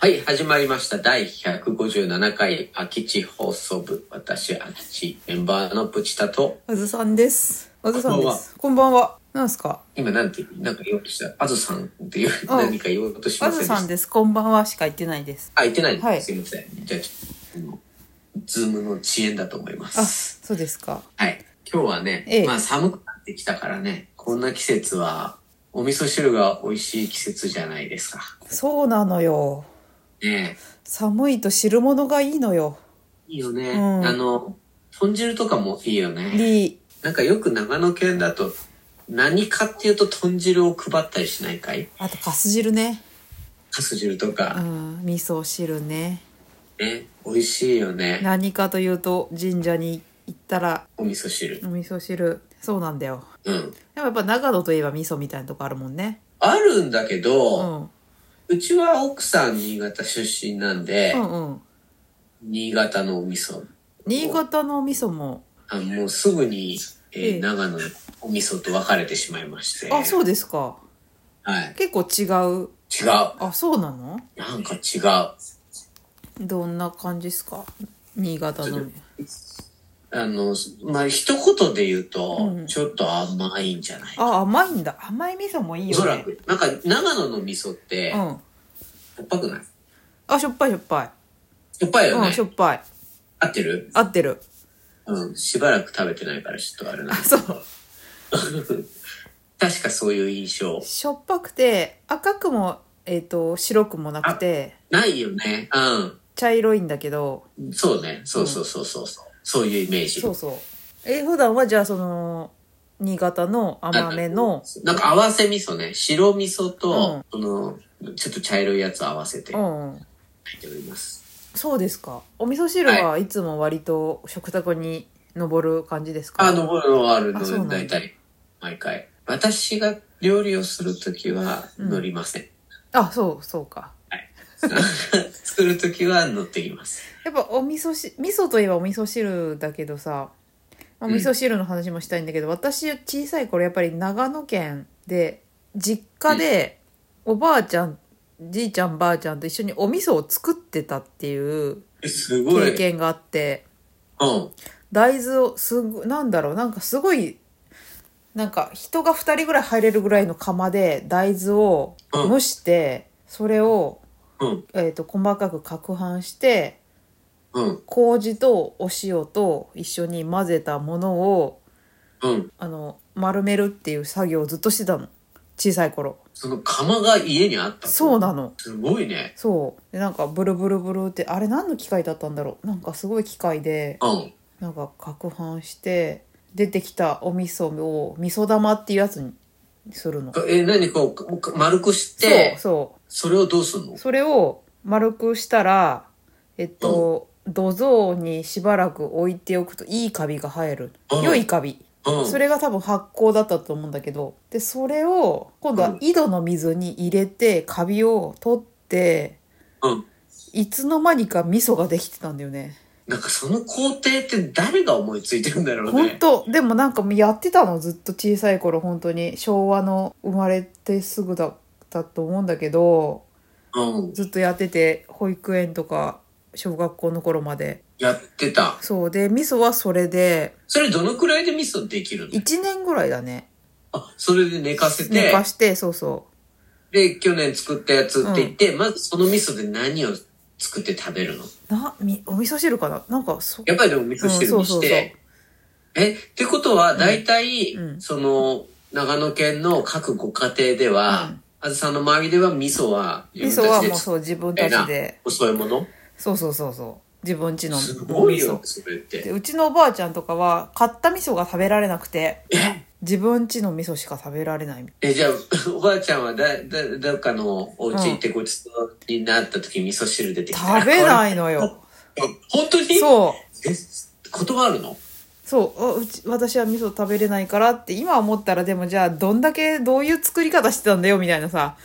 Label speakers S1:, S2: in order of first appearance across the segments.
S1: はい、始まりました。第157回空き地放送部。私、空き地メンバーのプチタと、
S2: あずさんです。あずさんです。こんばんは。なんすか。
S1: 今なんて、なんか言おうとした。あずさんっていう、
S2: あ
S1: 何か言おうとし
S2: あ
S1: ませんで
S2: ずさん
S1: した。
S2: です。こんばんはしか言ってないです。
S1: あ、言ってないです。
S2: はい
S1: すいません。じゃあ、ちょっとズームの遅延だと思いま
S2: あ、
S1: す。
S2: そうですか。
S1: はい。今日はね、
S2: ええ
S1: まあ寒くなってきたからね、こんな季節は、お味噌汁が美味しい季節じゃないですか。
S2: そうなのよ。
S1: ねえ
S2: 寒いと汁物がいいのよ。
S1: いいよね。
S2: うん
S1: あの、豚汁とかもいいよね。
S2: り、
S1: なんかよく長野県だと何かっていうと豚汁を配ったりしないかい
S2: あとかす汁ね。
S1: かす汁と
S2: う
S1: か、
S2: ん、味噌汁ね。
S1: ね美味しいよね
S2: 何かというと神社に行ったら
S1: お味噌汁
S2: お味噌汁。そうなんだよ。
S1: うん
S2: でもやっぱ長野といえば味噌みたいなとこあるもんね。
S1: あるんだけ
S2: う
S1: ど、
S2: ん。うん
S1: うちは奥さん新潟出身なんで、
S2: うん。
S1: 新潟のお味噌
S2: 新潟のお味噌も。
S1: あもうすぐに、えー
S2: ええ
S1: 長野のお味噌と分かれてしまいまして
S2: あ、そうですか。
S1: はい
S2: 結構
S1: 違
S2: 違う。
S1: うな
S2: あ、そうなの
S1: んか違う
S2: どんな感じですか新潟の。
S1: あのまあ一言で言うと、
S2: うん
S1: ちょっと甘いんじゃない
S2: あ、甘いんだ。甘い味噌もいい
S1: お
S2: よね。
S1: そらく。なんか、長野の味噌って、
S2: う
S1: し
S2: ん。
S1: ょっぱくないし
S2: あ、しょっぱいしょっぱい。
S1: ょっぱいよ
S2: うん、
S1: ね
S2: し。ょっぱい。
S1: 合ってる
S2: 合って る。
S1: うん。しばらく食べてないからちょっとあれな
S2: あ、。そう。
S1: 確かそういう印象。
S2: しょっぱくて、赤くも、えっ、と、白くもなくて、
S1: ないよね。
S2: 茶色いんだけど、
S1: うん。そうね。そうそうそうそう。うそういうイメージ。
S2: そうそう。え、普段はじゃあその、新潟の甘めの、
S1: なんか合わせ味噌ね。白味噌
S2: う
S1: と
S2: ん、
S1: この、ちょっと茶色いやつを合わせて
S2: う
S1: 入
S2: んうん。
S1: っております。
S2: そうですか。お味噌汁はいつも割と食卓に上る感じですか、
S1: あ、登るのはある
S2: あそうな
S1: の、
S2: んだ
S1: だいたい。毎回。私が料理をするときは
S2: うん
S1: 乗りません。
S2: あ、そう、そうか。
S1: 作るときは乗ってきます。
S2: やっぱお味噌汁味噌といえばお味噌汁だけどさ、まあ、
S1: うん
S2: 味噌汁の話もしたいんだけど、私小さい頃やっぱり長野県で実家でおばあちゃん、じいちゃんばあちゃんと一緒にお味噌を作ってたっていう
S1: えすごい。
S2: 経験があって
S1: うん。
S2: 大豆をすごなんだろうなんかすごいなんか人が2人ぐらい入れるぐらいの釜で大豆を
S1: うん
S2: 蒸して、それを、
S1: うん。
S2: えー、と細かく攪拌して
S1: うん。
S2: 麹とお塩と一緒に混ぜたものを
S1: うん。
S2: あの丸めるっていう作業をずっとしてたの小さい頃
S1: その釜が家にあったの
S2: そうなの
S1: すごいね。
S2: そうでなんかブルブルブルってあれ何の機械だったんだろうなんかすごい機械で
S1: うん。
S2: なんか攪拌して出てきたお味噌を味噌玉っていうやつにするの
S1: え、何こうか、丸くし
S2: そう
S1: て、
S2: そ
S1: それをどうすんの
S2: うそれを丸くしたらえっと、土蔵にしばらく置いておくといいカビが生える
S1: うん
S2: 良いカビ
S1: うん。
S2: それが多分発酵だったと思うんだけどでそれを今度
S1: う
S2: は
S1: ん
S2: 井戸の水に入れてカビを取って
S1: うん。
S2: いつの間にか味噌ができてたんだよね
S1: なんかその工程って誰が思いついてるんだろう
S2: 本
S1: ね。
S2: 当でもなんかもうやってたのずっと小さい頃本当に昭和の生まれてすぐだったと思うんだけど
S1: うん。
S2: ずっとやってて保育園とか小学校の頃まで
S1: やってた。
S2: そうで味噌はそれで
S1: それどのくらいで味噌できるの
S2: 1年ぐらいだね
S1: あ、それで寝かせ
S2: 寝
S1: て、
S2: かしてそうそう
S1: で、去年作ったやつって言って、まずその味噌で何を作って食べるの
S2: なみお味噌汁かななんかそ
S1: やっぱりでも味噌汁
S2: う
S1: に
S2: ん
S1: し
S2: そうそうそう
S1: て、え、ってことは、大体、
S2: うん
S1: その、長野県の各ご家庭では、
S2: うん
S1: あずさんの周りでは味噌は、
S2: 味噌はもう
S1: う
S2: そう自分たちで
S1: おそういうもの
S2: そうそうそうそう自分家の
S1: すごい
S2: お
S1: よ
S2: 味、噌
S1: それっ
S2: で
S1: て。
S2: うちのおばあちゃんとかは買った味噌が食べられなくて
S1: え
S2: 自分家の味噌しか食べられない
S1: え、じゃあ、 おばあちゃんはだ、だ、どっかのお家行ってごちそうになった時、味噌汁出てきた。
S2: 食べない
S1: い。
S2: のよ
S1: 本当にう。
S2: そう
S1: え、断るの
S2: そうあうち私は味噌食べれないからって今思ったらでもじゃあどんだけどういう作り方してたんだよみたい なさ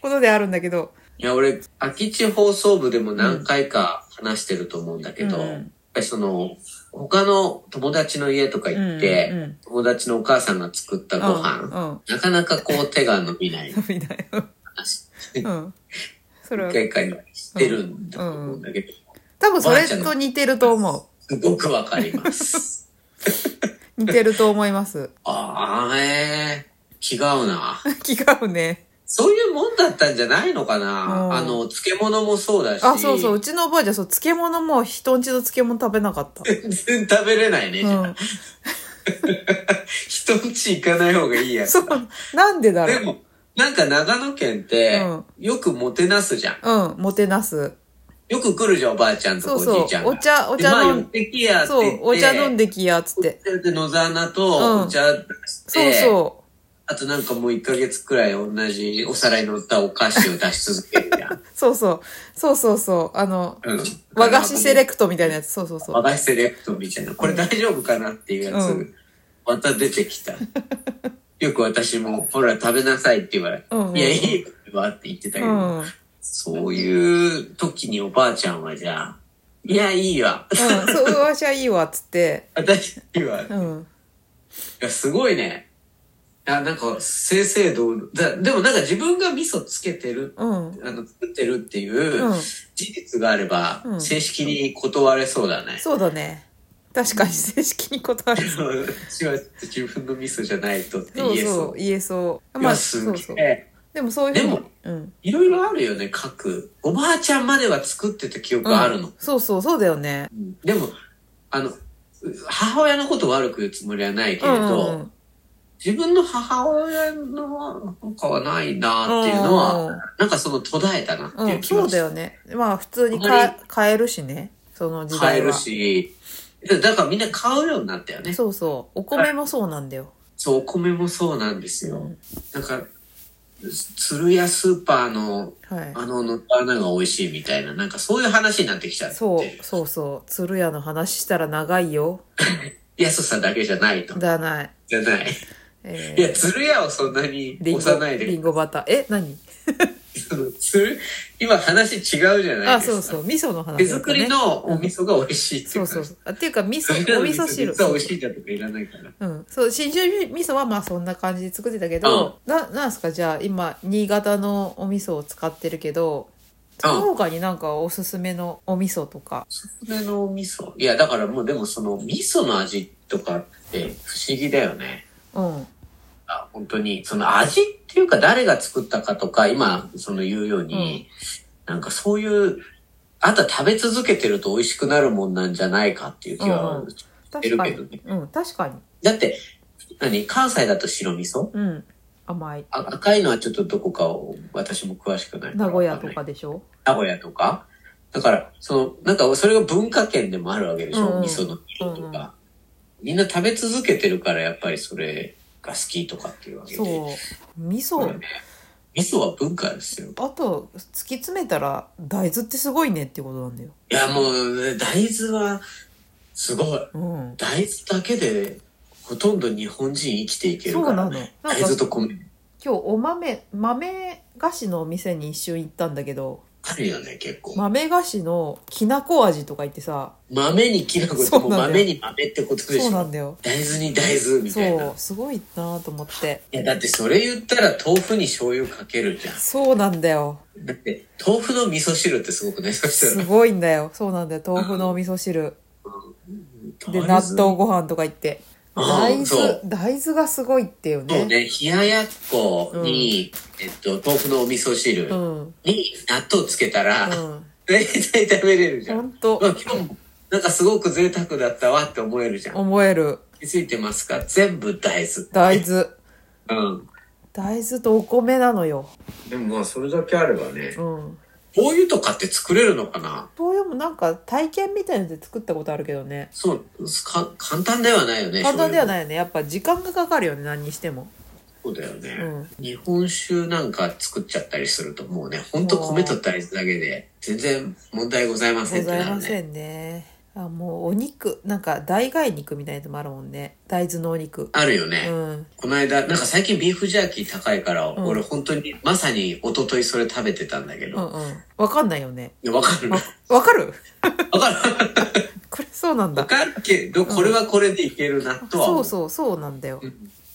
S2: ことであるんだけど
S1: いや、俺、空き地放送部でも何回か話してると思うんだけど、
S2: うん
S1: やっぱりその、他の友達の家とか行って、
S2: うんうん
S1: 友達のお母さんが作ったご飯、
S2: うんうん
S1: なかなかこう手が伸びない
S2: 食べない
S1: 話。
S2: うん、それは
S1: 一回かにしてるんだと思うんだけど、
S2: 多分それと似てると思
S1: すごくわかり ます。
S2: う似てると思います
S1: ああ、えー、違うな。
S2: 違うね
S1: そういうもんだったんじゃないのかな、
S2: うん
S1: あの、漬物もそうだし。
S2: あそうそううちのおばあちゃんそう漬物も人んちの漬物食べなかった、
S1: 全然食べれないね、じゃあ
S2: う
S1: 人んち行かない方がいいや
S2: ん、
S1: つ
S2: そ
S1: だ。
S2: うなんでだ
S1: で
S2: ろう
S1: も、なんか長野県って、
S2: うん
S1: よくもてなすじゃん。
S2: うんもてなす
S1: よく来るじゃん、おばあちゃんとかお
S2: そう
S1: じ
S2: そう
S1: いちゃんが。
S2: お茶お
S1: でまあ
S2: 茶飲
S1: 寄っ
S2: ん
S1: てきやって
S2: そ
S1: 言って
S2: うお茶飲んできやっつって
S1: で野沢菜
S2: うん
S1: とお茶出して、
S2: そうそ
S1: あとなんかもう1ヶ月くらい同じお皿に乗ったお菓子を出し続けるじゃん。
S2: うそうそうそうそうそうあの
S1: うん、
S2: 和菓子セレ
S1: ク
S2: クトみたいなやつそうそう
S1: ト。
S2: そ
S1: 和
S2: う
S1: 菓子セレクトみたいな。これ大丈夫かなっていうやつ、
S2: うん
S1: また出てき た。よく私も、ほら食べなさいって言われて、
S2: うんうん
S1: いや、いいわって言ってたけ
S2: う
S1: ど、
S2: ん、うん、
S1: そういう時におばあちゃんはじゃあ、いや、いいわ。
S2: そうわしはいいわっつって
S1: 私には、い
S2: うん
S1: や、すごいね。あ、なんか、正々堂々だ。でもなんか自分が味噌つけてる、
S2: うん
S1: あの、作ってるっていう
S2: うん
S1: 事実があれば
S2: う、ん
S1: 正式に断れそうだね。
S2: そうだね確かに正式に断る
S1: そう私は自分のミスじゃないとって言
S2: そう
S1: えそう。
S2: そう言えそう
S1: い
S2: まあ
S1: や
S2: そ
S1: す
S2: うそう
S1: げえ。
S2: でもそういうふう
S1: で
S2: に
S1: も
S2: うん
S1: いろいろあるよね、各。おばあちゃんまでは作ってた記憶があるの。
S2: うんそうそうそうだよね
S1: うんでも、あの、う母親のこと悪く言うつもりはないけ
S2: う
S1: れ
S2: ん
S1: ど、
S2: うん
S1: 自分の母親のなんかはないなっていうのは、
S2: うん
S1: なんかその途絶えたなって
S2: う
S1: いうん気
S2: そ
S1: が
S2: う
S1: して、
S2: だよねまあ普通に
S1: あ
S2: か
S1: ん
S2: 買えるしねその時代は
S1: 買えるし、だからみんな買うようになったよね。
S2: そうそうお米もそうなんだよ
S1: そう、お米もそうなんですよ。
S2: うん
S1: なんか、鶴屋スーパーの
S2: はい
S1: あの、の穴が美味しいみたいな、なんかそういう話になってきちゃって。
S2: そうそうそう鶴屋の話したら長いよ
S1: 安さだけじゃないと。
S2: だない
S1: じゃない。
S2: え
S1: いや、鶴屋をそんなに
S2: リ
S1: 押
S2: ンゴ
S1: さない
S2: リ
S1: で
S2: ン。ゴバターえ何
S1: その鶴、今話違うじゃない
S2: あ
S1: ですか。
S2: そうそう味噌の話
S1: 手
S2: だった
S1: 作りのお味噌が美味しいってい
S2: そうう
S1: か
S2: そうそうあっていうか味噌
S1: それら
S2: お
S1: の
S2: 味噌汁
S1: 実は美味しいだとかいらないから。
S2: うん、そう信州味噌はまあそんな感じで作ってたけど、ななんすかじゃあ今新潟のお味噌を使ってるけどその他になんかおすすめのお味噌とか、
S1: それのお味噌。いや、だからもうでもその味噌の味とかって不思議だよね。
S2: うん、
S1: あ本当に、その味っていうか誰が作ったかとか、今、その言うように、なんかそういう、あとは食べ続けてると美味しくなるもんなんじゃないかっていう気は、
S2: うん
S1: て
S2: 確
S1: る
S2: か
S1: け
S2: に、
S1: どね
S2: うん確かに、
S1: だって、何関西だと白味噌
S2: うん、甘い
S1: あ赤いのはちょっとどこかを私も詳しくないら
S2: 名古屋と
S1: わんない
S2: かでしょ
S1: 名古屋とかだから、その、なんかそれが文化圏でもあるわけでしょ、
S2: うんうん
S1: 味噌の色と
S2: うんうん
S1: か、みんな食べ続けてるからやっぱりそれが好きとかっていうわけで。
S2: そう味
S1: こ
S2: 噌、
S1: れね味噌は文化ですよ。
S2: あと突き詰めたら大豆ってすごいねってことなんだよ、
S1: いや、もう、大豆は、すごい。
S2: うん、
S1: 大豆だけで、ほとんど日本人生きていけ
S2: そ
S1: る
S2: う
S1: か
S2: な
S1: ら
S2: の。なんか
S1: 大豆と米。
S2: 今日お豆豆菓子のお店に一瞬行ったんだけど
S1: あるよね、結構。
S2: 豆菓子のきなこ味とか言ってさ
S1: 豆にきな粉って、
S2: そう
S1: もう
S2: なんだよ
S1: 豆に豆ってことで
S2: そう
S1: し
S2: な
S1: ょ。
S2: んだよ
S1: 大豆に大豆みたいな。
S2: そ
S1: いう
S2: すごいなと思って
S1: や、だってそれ言ったら豆腐に醤油かけるじゃ
S2: そうなんだよ
S1: ん。だって、豆腐の味噌汁ってすごくないそした
S2: す
S1: ら。
S2: ごいんだよそうなんだよ豆腐のお味噌汁で納
S1: 大
S2: 豆ご飯とか言って
S1: うん
S2: 大
S1: そ
S2: 豆
S1: う
S2: 大豆がすごいってよ
S1: そう
S2: ね
S1: ね、冷ややっこに、えっと、豆腐のお味噌汁
S2: うんうん
S1: に納豆つけたら、大体食べれるじゃん
S2: ほ。んと
S1: まあ、今日もなんかすごく贅沢だったわって思えるじゃん。
S2: 思える
S1: 気づいてますか全部大豆。
S2: 大豆
S1: うん。
S2: 大豆とお米なのよ
S1: でもまあそれだけあればね。
S2: うん
S1: こういうとかって作れるのかな
S2: そういうのもなんか体験みたいので作ったことあるけどね
S1: そう、か簡単ではないよね。。
S2: 簡単ではいないよねやっぱ時間がかかるよね何にしても
S1: そうだよね、
S2: うん
S1: 日本酒なんか作っちゃったりするともうね、ほんと米と大豆だけで全然問題ございません
S2: ご
S1: ってなるね。
S2: ざいませんねあもうお肉なんか代替肉みたいなのもあるもんね大豆のお肉
S1: あるよね。
S2: うん
S1: この間、なんか最近ビーフジャーキー高いから、
S2: ん
S1: 俺本当にまさに一昨日それ食べてたんだけ
S2: う
S1: ど。
S2: んうんわかんないよね
S1: いやわかる
S2: わ
S1: の
S2: わかる
S1: わかる
S2: これそうなん
S1: わ
S2: だ
S1: かるけど、これはこれでいけるなとは
S2: そ
S1: 思
S2: う
S1: う。
S2: そうそうなんだよ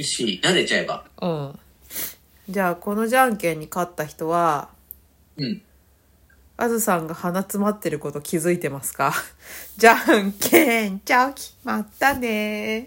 S1: し、慣れちゃえば。
S2: うんじゃあこのじゃんけんに勝った人は
S1: うん
S2: あずさんが鼻詰まって ること気づいてますかじゃんけんチョキまったねー